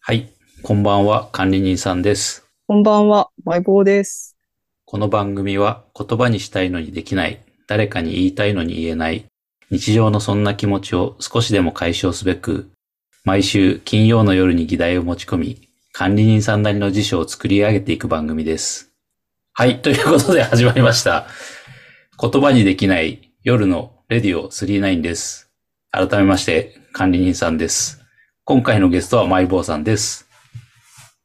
はい。こんばんは、管理人さんです。こんばんは、マイボーです。この番組は言葉にしたいのにできない、誰かに言いたいのに言えない、日常のそんな気持ちを少しでも解消すべく、毎週金曜の夜に議題を持ち込み、管理人さんなりの辞書を作り上げていく番組です。はい、ということで始まりました。言葉にできない夜のレディオ39です。改めまして、管理人さんです。今回のゲストはマイボーさんです。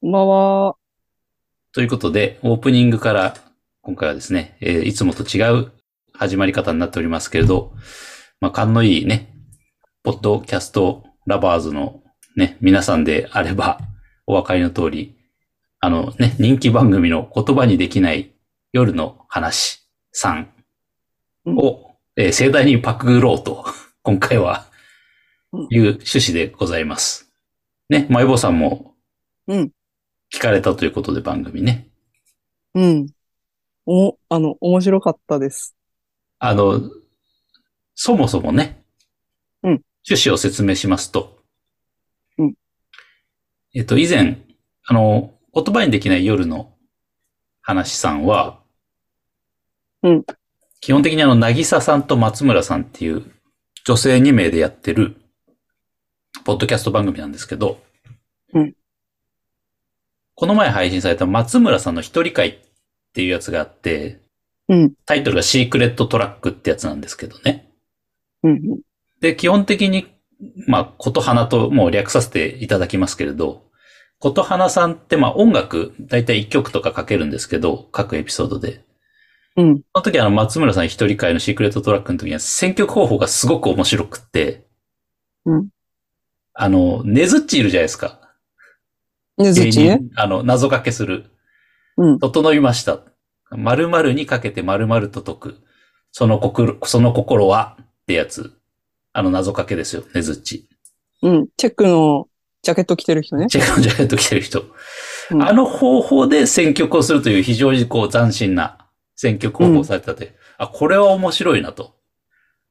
こんばんは。ということで、オープニングから、今回はですね、えーいつもと違う始まり方になっておりますけれど、まあ、勘のいいね、ポッドキャストラバーズのね、皆さんであれば、お分かりの通り、あのね、人気番組の言葉にできない夜の話3を、えー盛大にパクろうと、 今回はうん、いう趣旨でございます。ね、まゆぼうさんもうん、聞かれたということで番組ね。うん。おも、あの、面白かったです。あの、そもそもね、うん趣旨を説明しますと、うんえっと、以前、あの、言葉にできない夜の話さんは、うん基本的にあの、なぎささんと松村さんっていう女性2名でやってる、ポッドキャスト番組なんですけど、うんこの前配信された松村さんの一人会っていうやつがあって、うん、タイトルがシークレットトラックってやつなんですけどね。うん、で、基本的に、まあ、ことはなともう略させていただきますけれど、ことはなさんってまあ音楽、だいたい1曲とかかけるんですけど、各エピソードで。うん、その時あの松村さん一人会のシークレットトラックの時には選曲方法がすごく面白くって、うんあの、ねずっちいるじゃないですか。ねずっちね。芸人あの、謎かけする。うん、整いました。〇〇にかけて〇〇と解く。その心、その心はってやつ。あの謎かけですよ、ねずっち。うん。チェックのジャケット着てる人ね。チェックのジャケット着てる人。うんあの方法で選曲をするという非常にこう斬新な選曲方法をされてたで、あ、これは面白いなと。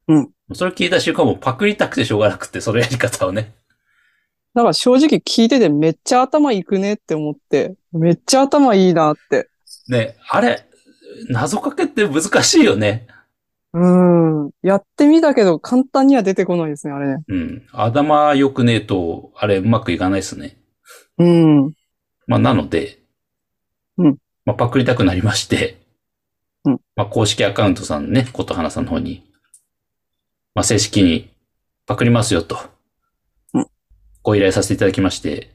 うん。それ聞いた瞬間もうパクりたくてしょうがなくて、そのやり方をね。だから正直聞いててめっちゃ頭いくねって思って、めっちゃ頭いいなって。ね、あれ、謎かけって難しいよね。うん。やってみたけど簡単には出てこないですね、あれね。うん。頭良くねえと、あれうまくいかないですね。うん。まあ、なので、うんまあ、パクりたくなりまして、うんまあ、公式アカウントさんね、ことはなさんの方に、まあ、正式にパクりますよとうん、ご依頼させていただきまして、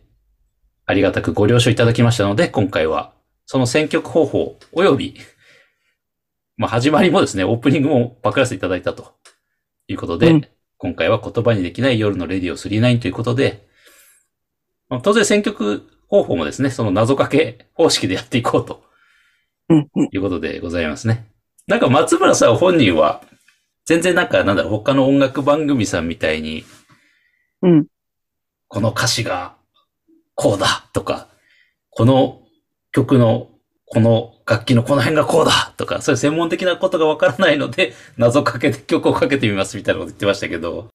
ありがたくご了承いただきましたので、今回は、その選曲方法、および、まあ、始まりもですね、オープニングもパクらせていただいたということで、うん今回は言葉にできない夜のレディオ39ということで、まあ、当然選曲方法もですね、その謎かけ方式でやっていこうとうん、うん。いうことでございますね。なんか松村さん本人は、全然なんかなんだろう、他の音楽番組さんみたいに、うん。この歌詞がこうだとか、この曲のこの楽器のこの辺がこうだとか、そういう専門的なことがわからないので、謎かけで曲をかけてみますみたいなこと言ってましたけど、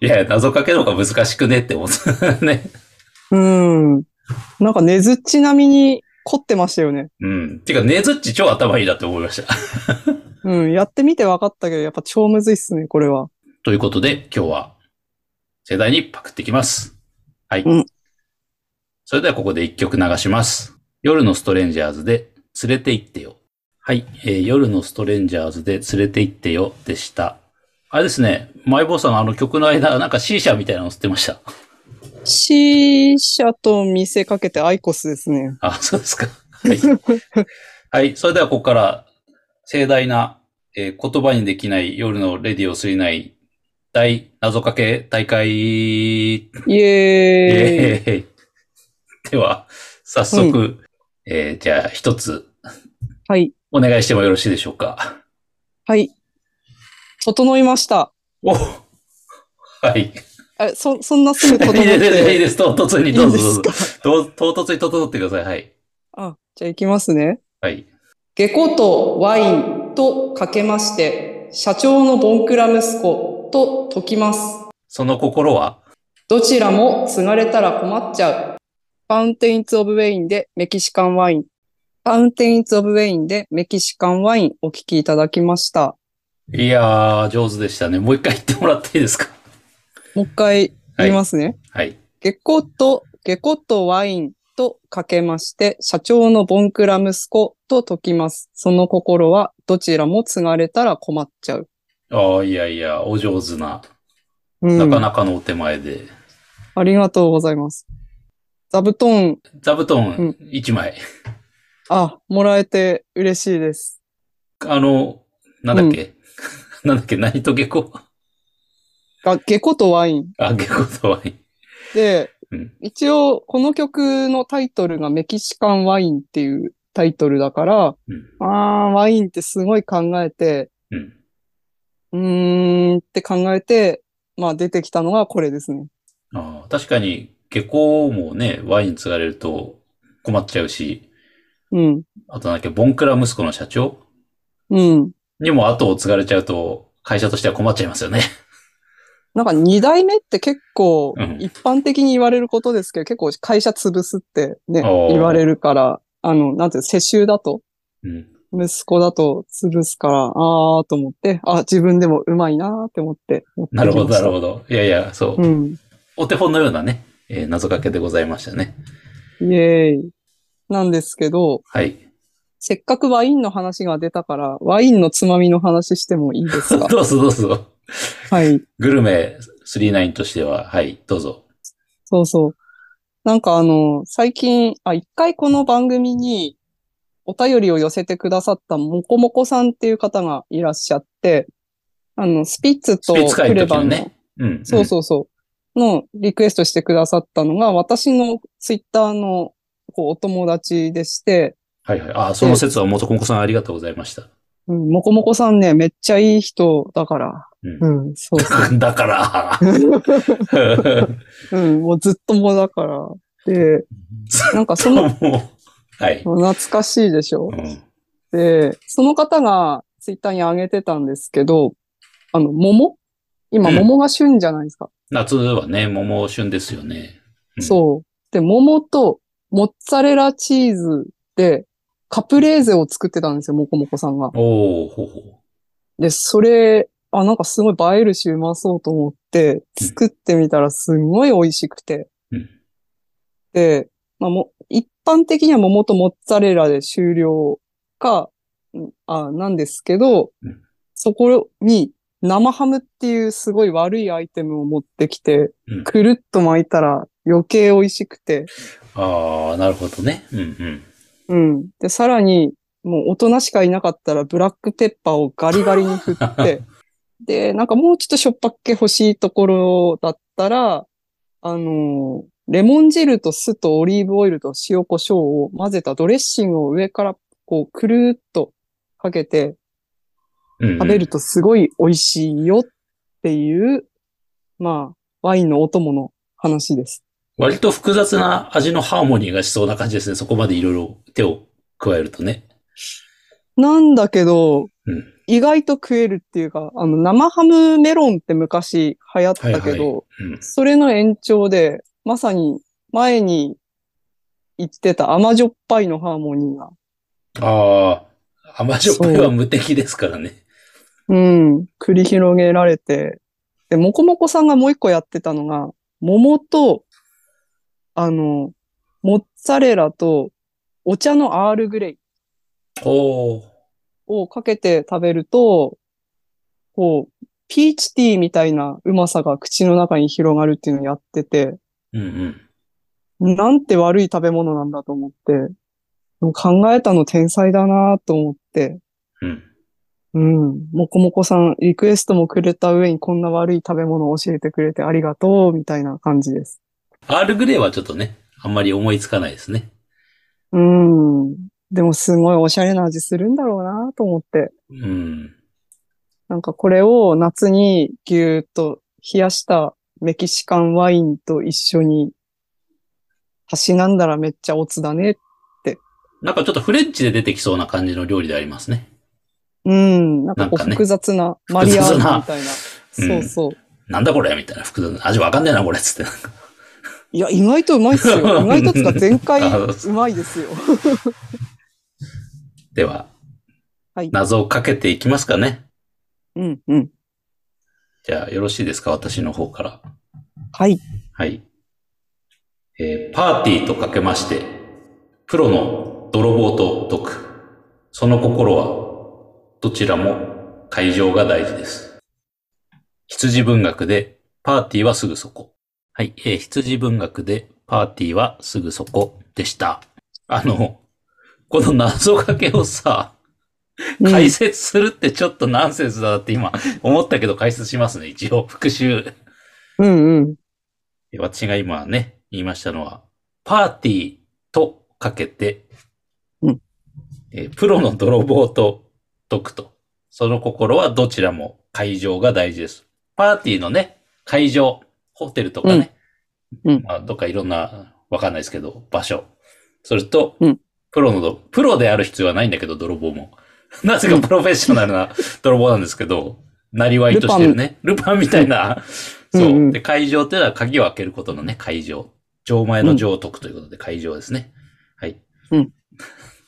いやいや、謎かけの方が難しくねって思った。ね。うん。なんかねずっち並みに凝ってましたよね。うん。てか、ねずっち超頭いいなって思いました。 うん。やってみて分かったけど、やっぱ超むずいっすね、これは。ということで、今日は、世代にパクってきます。はい。うんそれではここで一曲流します。夜のストレンジャーズで、連れて行ってよ。はい、えー夜のストレンジャーズで、連れて行ってよでした。あれですね、マイボーさんあの曲の間、なんか C 社みたいなの吸ってました。 C 社と見せかけてアイコスですね。あ、そうですか。はい。はい。それでは、ここから、盛大な、えー言葉にできない夜のレディオすいない大謎かけ大会。イエーイ。イエーイ では、早速、えーじゃあ、一つ、はい。お願いしてもよろしいでしょうか。はい。整いました。おはい。え、そ、そんなすぐ整っ いいて。ですいいいいでです。唐突に、どうぞどうすぞか。どう唐突に整ってください。はい。 あ、じゃあ行きますね。はい。下戸とワインとかけまして、社長のボンクラ息子と解きます。その心はどちらも継がれたら困っちゃう。マウンテインツ・オブ・ウェインでメキシカンワイン。マウンテインツ・オブ・ウェインでメキシカンワインお聞きいただきました。いやー、上手でしたね。もう一回言ってもらっていいですかもう一回言いますね。はい。下戸と、下戸とワインとかけまして、社長のボンクラ息子と解きます。その心はどちらも継がれたら困っちゃう。ああ、いやいや、お上手な、うん、なかなかのお手前で。ありがとうございます。座布団、座布う団ん1枚。あ、もらえて嬉しいです。あの、なんだっけ、 なんだっけ何と下校が、下戸とワイン。あ、下校とワイン。で、うん一応、この曲のタイトルがメキシカンワインっていうタイトルだから、うんああ、ワインってすごい考えて、うん。うーんって考えて、まあ出てきたのがこれですね。ああ、確かに、下校もね、ワイン継がれると困っちゃうし、うん、あとなんだっけ、ボンクラ息子の社長うん。にも後を継がれちゃうと、会社としては困っちゃいますよね。なんか二代目って結構うん一般的に言われることですけど、結構会社潰すってね、おー言われるから、あの、なんていうの、世襲だと、うん。息子だと潰すから、あーと思って、あ、自分でもうまいなーって思って持ってきまなるほど、なるほほど。いやいや、そう。うん。お手本のようなね、えー謎かけでございましたね。イエーイ。なんですけど、はい。せっかくワインの話が出たから、ワインのつまみの話してもいいで すかどうぞどうぞ。はい。グルメ39としては、はい、どうぞ。そうそう。なんかあの、最近、あ、一回この番組にお便りを寄せてくださったもこもこさんっていう方がいらっしゃって、あの、スピッツスとピッツ会クのレ時バのンの、ね。うん。そうそうそう。のリクエストしてくださったのが、私のツイッターのこうお友達でして、うん。はいはい。あ、その説は元コンコさんありがとうございました。うん、もこもこさんね、めっちゃいい人だから。うんうん、そうそ だから、う。うん、もうずっともだから。で、なんか その、も う、はい。懐かしいでしょう。んで、その方がツイッターに上げてたんですけど、あの、桃今、うん桃が旬じゃないですか。夏はね、桃旬ですよね。うんそう。で、桃とモッツァレラチーズで、カプレーゼを作ってたんですよ、もこもこさんが。おおほうほう。で、それ、あ、なんかすごい映えるし、うまそうと思って、作ってみたらすごい美味しくて。うんで、まあもう、一般的には桃とモッツァレラで終了か、うんあ、なんですけどうん、そこに生ハムっていうすごい悪いアイテムを持ってきてうん、くるっと巻いたら余計美味しくて、ああ、なるほどね。うんうん。うん。で、さらに、もう大人しかいなかったらブラックペッパーをガリガリに振 って、で、なんかもうちょっとしょっぱっけ欲しいところだったら、あのーレモン汁と酢とオリーブオイルと塩コショウを混ぜたドレッシングを上からこうくるーっとかけてうんうん食べるとすごい美味しいよっていう、まあ、ワインのお供の話です。割と複雑な味のハーモニーがしそうな感じですね。そこまでいろいろ手を加えるとね。なんだけど、うん。意外と食えるっていうか、あの、生ハムメロンって昔流行ったはけど、いはうん。それの延長で、まさに前に言ってた甘じょっぱいのハーモニーが、ああ、甘じょっぱいは無敵ですからね。うん、繰り広げられて、で、もこもこさんがもう一個やってたのが、桃と、あの、モッツァレラとお茶のアールグレイおお。をかけて食べると、こう、ピーチティーみたいなうまさが口の中に広がるっていうのをやってて、うんうん。なんて悪い食べ物なんだと思って、でも考えたの天才だなと思って、うん。うん、もこもこさん、リクエストもくれた上にこんな悪い食べ物を教えてくれてありがとう、みたいな感じです。アールグレイはちょっとね、あんまり思いつかないですね。うん、でもすごいおしゃれな味するんだろうなと思って、うん。なんかこれを夏にぎゅーっと冷やしたメキシカンワインと一緒に、たしなんだらめっちゃオツだね。なんかちょっとフレンチで出てきそうな感じの料理でありますね。うん。なんかこなんかうね複雑なマリアージュみたいな。雑なそうそう。なんだこれみたいな、複雑な味わかんねえな、これっつって。 いや、意外とうまいっすよ。意外とつか前回あうまいですよ。では、はい謎をかけていきますかね。うんうん。じゃあ、よろしいですか私の方から。はい。はい。えーパーティーとかけまして、プロの泥棒と解く。その心は、どちらも会場が大事です。羊文学で、パーティーはすぐそこ。はい、えー羊文学で、パーティーはすぐそこでした。あの、この謎かけをさ、うん解説するってちょっとナンセンスだなって今思ったけど解説しますね。一応復習。うんうん。え私が今ね、言いましたのは、パーティーとかけて、うんえープロの泥棒と解くと。その心はどちらも会場が大事です。パーティーのね、会場、ホテルとかね、うんうんまあ、どっかいろんな、わかんないですけど、場所。それと、うんプロのど、プロである必要はないんだけど、泥棒も。 なぜかプロフェッショナルな泥棒なんですけど、なりわいとしてるね。ルパンみたいな、うんそうう。んで、会場というのは鍵を開けることのね、会場。錠前の上徳ということで、会場ですね。はい。うん。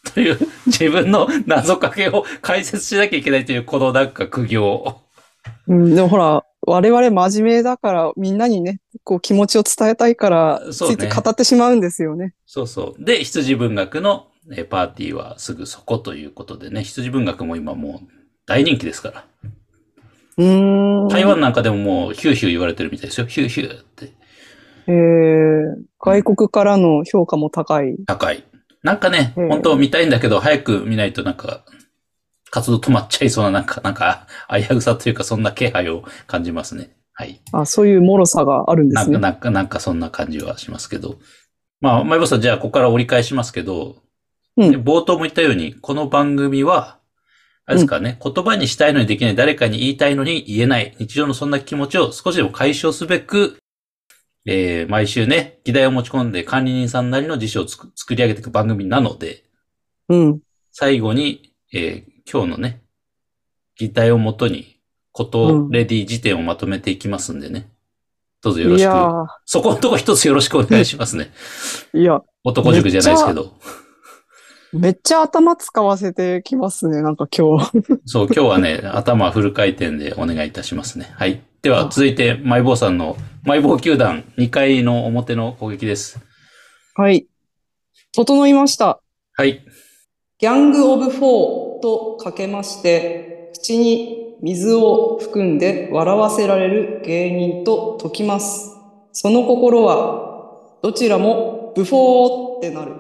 という、自分の謎かけを解説しなきゃいけないという、このなんか苦行。うん、でもほら、我々真面目だから、みんなにね、こう気持ちを伝えたいから、つそうねいつい語ってしまうんですよね。そうそう。で、羊文学のえーパーティーはすぐそこということでね、羊文学も今もう大人気ですから。うーん。台湾なんかでももうヒューヒュー言われてるみたいですよ。ヒューヒューって。えー、外国からの評価も高い。高い。なんかね、うん本当見たいんだけど、早く見ないとなんか、活動止まっちゃいそうな、なんか、なんか、危うさというか、そんな気配を感じますね。はい。あ、そういう脆さがあるんでなすんか、ね。なんか、なんか、そんな感じはしますけど。まあ、前ボさん、じゃあ、ここから折り返しますけど、うんね冒頭も言ったように、この番組は、あれですからね、言葉にしたいのにできない、誰かに言いたいのに言えない、日常のそんな気持ちを少しでも解消すべく、えー、毎週ね、議題を持ち込んで管理人さんなりの辞書をつく作り上げていく番組なので、うん。最後に、えー今日のね、議題をもとに、ことレディ辞典をまとめていきますんでね。どうぞよろいしく。やそこのとこ一つよろしくお願いしますね。ーいや、男塾じゃないですけど。めっちゃ頭使わせてきますね、なんか今日。 そう、今日はね、頭フル回転でお願いいたしますね。はい。では、続いて、マイボウさんの、マイボウ球団2回の表の攻撃です。はい。整いました。はい。ギャング・オブ・フォーとかけまして、口に水を含んで笑わせられる芸人と解きます。その心は、どちらもブフォーってなる。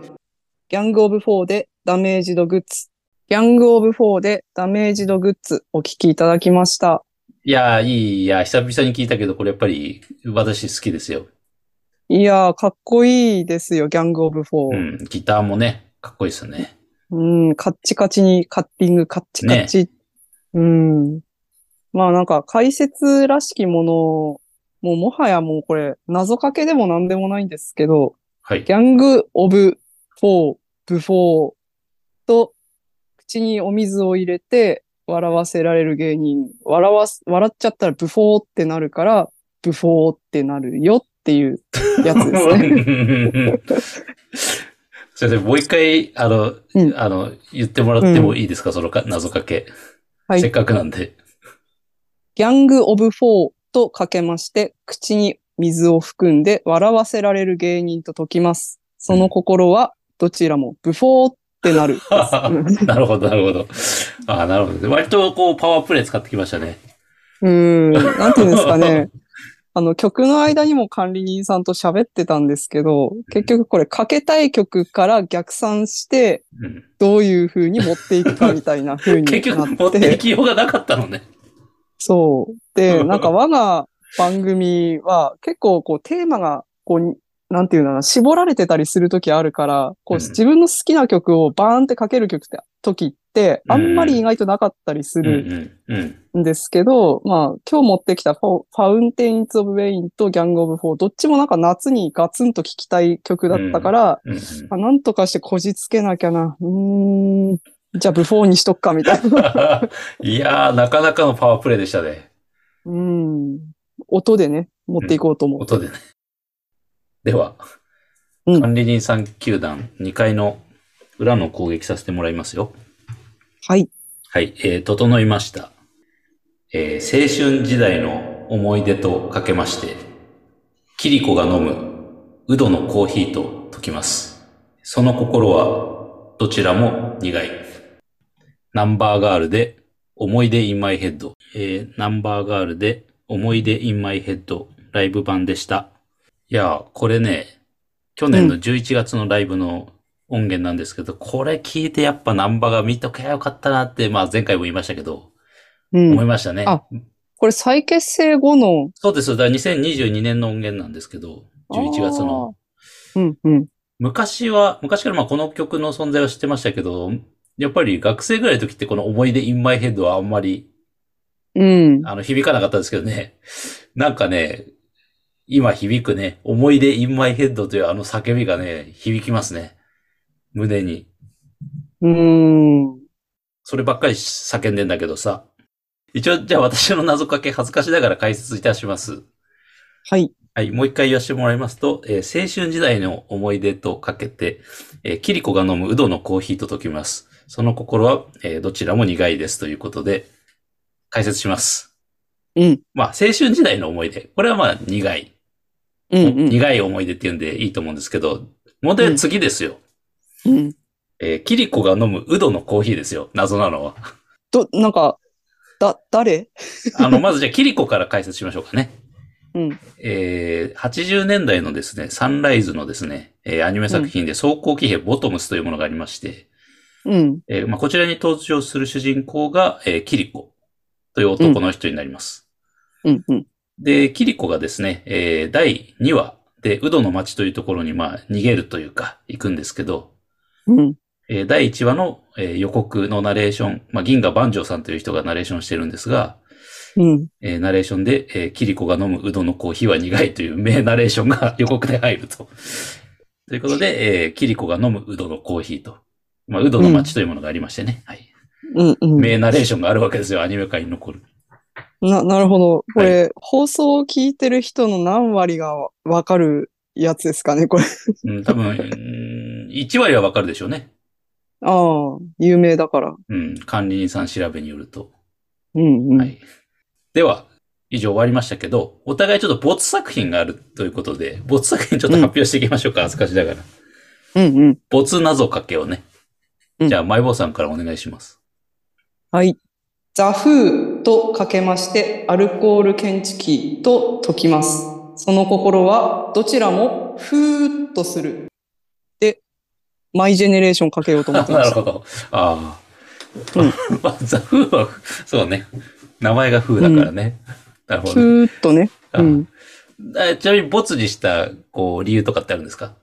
ギャング・オブ・フォーでダメージド・グッズ。ギャング・オブ・フォーでダメージド・グッズお聞きいただきました。いやー、いい、いや、久々に聞いたけど、これやっぱり、私好きですよ。いやー、かっこいいですよ、ギャング・オブ・フうォー。ん、ギターもね、かっこいいですよね。うん、カッチカチにカッティング、カッチカチ。うん。まあなんか解説らしきものを、もうもはやもうこれ謎かけでも何でもないんですけど、はい。ギャング・オブ・フォー・ブフォーと口にお水を入れて笑わせられる芸人、笑わす、笑っちゃったらブフォーってなるから、ブフォーってなるよっていうやつです ね。それでもう一回、あの、うんあの、言ってもらってもいいですか、そのか謎かけ。はいせっかくなんで。ギャング・オブ・フォーとかけまして、口に水を含んで笑わせられる芸人と解きます。その心は、どちらもブフォーっ てなるです。なるほど、なるほど。あなるほど。割とこう、パワープレイ使ってきましたね。うん、うーんなんていうんですかね。あの、曲の間にも管理人さんと喋ってたんですけど、結局これかけたい曲から逆算して、うんどういう風に持っていくかみたいな風になって。結局、持っていきようがなかったのね。そう。 で、なんか我が番組は結構こうテーマがこう、なんていうのかな、絞られてたりするときあるから、こううん自分の好きな曲をバーンってかける曲って、時って、あんまり意外となかったりすうんるうんうん。んですけど、まあ今日持ってきたフォファウンテインズ・オブ・ウェインとギャング・オブ・フォー、どっちもなんか夏にガツンと聴きたい曲だったから、うんうん あなんとかしてこじつけなきゃな。うーん。じゃあブフォーにしとくかみたいな。いやー、なかなかのパワープレイでしたね。うん。音でね、持っていこうと思って。音でね。では、うん管理人さん球団2階の裏の攻撃させてもらいますよ。はい。はい、えー、整いました。えー青春時代の思い出とかけまして、キリコが飲む、ウドのコーヒーと解きます。その心は、どちらも苦い。ナンバーガールで、思い出インマイヘッド。えー、ナンバーガールで、思い出インマイヘッド、ライブ版でした。いやー、これね、去年の11月のライブの音源なんですけど、これ聞いてやっぱナンバーが見とけばよかったなって、まあ前回も言いましたけど、う思いん。ましたね。あこれ再結成後の、そうです。だから2022年の音源なんですけど、11月の。うんうん。昔は、昔からまあこの曲の存在は知ってましたけど、やっぱり学生ぐらいの時ってこの思い出 in my head はあんまり、うん。あの、響かなかったですけどね。なんかね、今響くね、思い出 in my head というあの叫びがね、響きますね。胸に。うん。そればっかり叫んでんだけどさ。一応、じゃあ私の謎かけ恥ずかしながら解説いたします。はい。はい、もう一回言わせてもらいますと、えー青春時代の思い出とかけて、えーキリコが飲むウドのコーヒーと解きます。その心は、えーどちらも苦いですということで、解説します。うん。まあ、青春時代の思い出。これはまあ、苦い。うんうん。苦い思い出って言うんでいいと思うんですけど、問題は次ですよ。うん。えーキリコが飲むウドのコーヒーですよ。謎なのは。ど、なんか、だ、誰あの、まずじゃあ、キリコから解説しましょうかね。うん。えー80年代のですね、サンライズのですね、えーアニメ作品で装甲騎兵ボトムスというものがありまして、うん。えーまあ、こちらに登場する主人公が、えーキリコという男の人になります。うんうん。で、キリコがですね、えー第2話で、ウドの町というところに、まあ、逃げるというか、行くんですけど、うん。えー第1話の、えー予告のナレーション、まあ、銀河万丈さんという人がナレーションしてるんですが、うん。えーナレーションで、えーキリコが飲むうどのコーヒーは苦いという名ナレーションが予告で入ると。ということで、えーキリコが飲むうどのコーヒーと。まあ、うどの街というものがありましてね。はい。うんうん。名ナレーションがあるわけですよ、アニメ界に残る。な、なるほど。これ、放送を聞いてる人の何割がわかるやつですかね、これ。うん、多分、うん1割はわかるでしょうね。ああ、有名だから。うん、管理人さん調べによると。うんうん。はい。では、以上終わりましたけど、お互いちょっと没作品があるということで、没作品ちょっと発表していきましょうか、恥ずかしながら。うんうん。没謎かけをね。うんじゃあ、マイボーさんからお願いします。はい。ザフーとかけまして、アルコール検知器と解きます。その心は、どちらも、ふーっとする。で、マイジェネレーションかけようと思ってな ましるほた。ど。ああ。う んまあ、ザ・フーは、そうね。名前がフーだからね。なるほどね。ふーっとね。うん。ああちなみに、ボツにした、こう、理由とかってあるんですか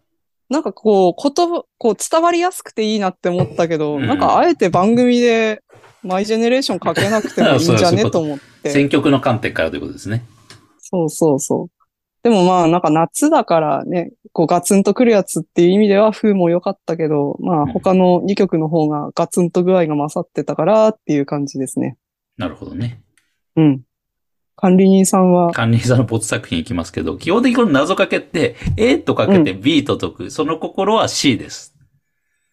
なんかこう、言葉、こう伝わりやすくていいなって思ったけど、うんなんかあえて番組でマイジェネレーションかけなくても いいんじゃそうそういうこねとと思って。選曲の観点からということですね。そうそうそう。でもまあなんか夏だからね、こうガツンとくるやつっていう意味では風も良かったけど、まうあん他の2曲の方がガツンと具合が勝ってたからっていう感じですね。なるほどね。うん。管理人さんは、管理人さんのボツ作品いきますけど、基本的にこの謎かけって、A とかけて B と解く。その心は C です。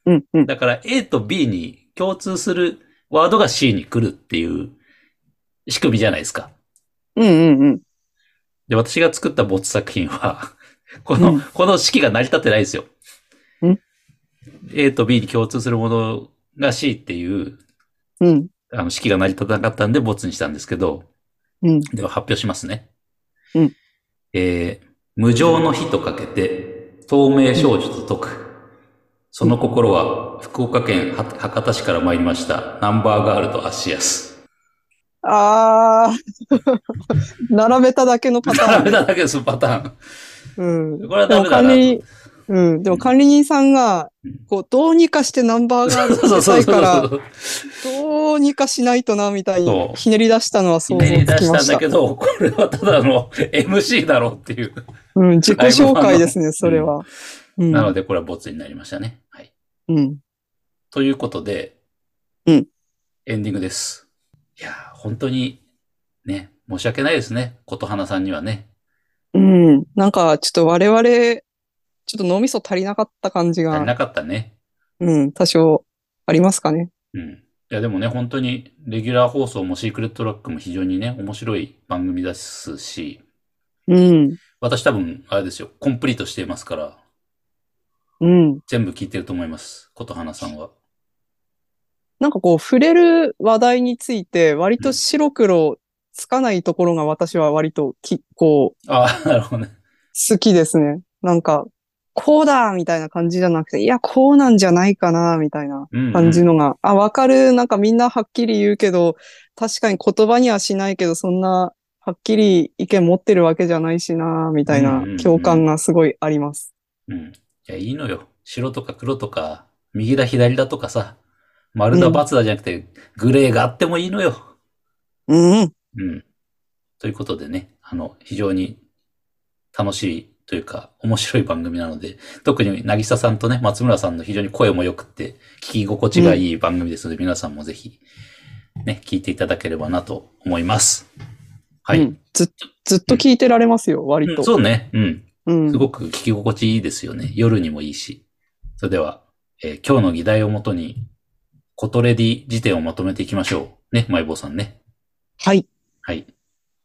うんうん。だから A と B に共通するワードが C に来るっていう仕組みじゃないですか。うんうんうん。で、私が作ったボツ作品は、 この、うんこの式が成り立ってないですよ。ん ?A と B に共通するものが C っていう、うん。あの、式が成り立たなかったんで、ボツにしたんですけど、うん。では発表しますね。うんえー無常の日とかけて、透明少女と解く。その心は、福岡県は博多市から参りました、ナンバーガールとアシアス。あー。 並べただけのパター 並ン。べただけです、パターン。うん。これはダメだなと。でも管理うん。でも管理人さんがうん、こう、どうにかしてナンバーガールそうそうをそたういそから、う。どうにかしないとな、みたいそにうひねり出したのはひ想像ねりつ出きしまたんしだたけ。ど、 これはただの MC だろうっていう。うん、自己紹介ですね、それは。うん。なので、これはボツになりましたね。はい。うん。ということで、うんエンディングです。いやー、本当に、ね、申し訳ないですね。琴花さんにはね。うん。なんか、ちょっと我々、ちょっと脳みそ足りなかった感じ足りが、なかったね。うん、多少ありますかね。うん。いや、でもね、本当に、レギュラー放送もシークレットラックも非常にね、面白い番組ですし、うん、私多分、あれですよ、コンプリートしていますから、うん。全部聞いてると思います。琴花さんは。なんかこう、触れる話題について、割と白黒つかないところが私は割とき、こう、ああ、なるほどね。好きですね。なんか、こうだみたいな感じじゃなくて、いや、こうなんじゃないかなみたいなうん、うん。感じのが、あ、わかる。なんかみんなはっきり言うけど、確かに言葉にはしないけど、そんな、はっきり意見持ってるわけじゃないしなみたいうんなうんうん共感がすごいあります。うん。いや、いいのよ。白とか黒とか、右だ左だとかさ、丸だ×だじゃなくて、グレーがあってもいいのよ。うんうん。うん。ということでね、あの、非常に楽しいというか、面白い番組なので、特に渚さんとね、松村さんの非常に声も良くて、聞き心地がいい番組ですので、皆さんもぜひ、ね、聞いていただければなと思います。はい。うんずっずっと聞いてられますよ、割うんと。そうね。うん。うんすごく聞き心地いいですよね。夜にもいいし。それでは、えー今日の議題をもとに、コトレディ辞典をまとめていきましょう。ね、マイボーさんね。はい。はい。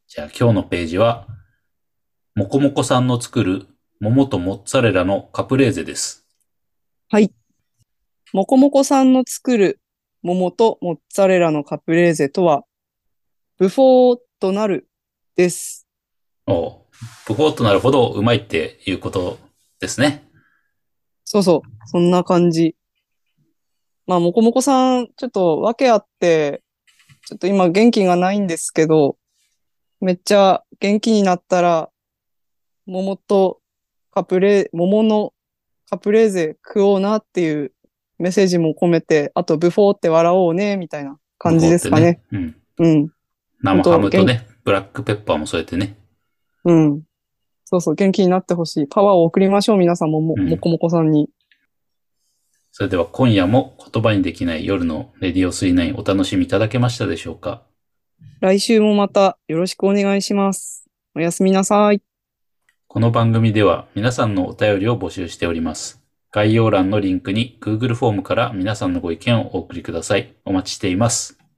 じゃあ今日のページは、もこもこさんの作る桃とモッツァレラのカプレーゼです。もこもこさんの作る桃とモッツァレラのカプレーゼとは、ブフォーとなるです。おう不法となるほどうまいっていうことですね。そうそう。そんな感じ。まあ、もこもこさん、ちょっと訳あって、ちょっと今元気がないんですけど、めっちゃ元気になったら、桃とカプレ、桃のカプレーゼ食おうなっていうメッセージも込めて、あとブフォーって笑おうね、みたいな感じですかね。不法ってね。うん。うん。生ハムとね、ブラックペッパーも添えてね。うん。そうそう、元気になってほしい。パワーを送りましょう、皆さんも、も、うんもこもこさんに。それでは今夜も言葉にできない夜のレディオ水内お楽しみいただけましたでしょうか来週もまたよろしくお願いします。おやすみなさい。この番組では皆さんのお便りを募集しております。概要欄のリンクに Google フォームから皆さんのご意見をお送りください。お待ちしています。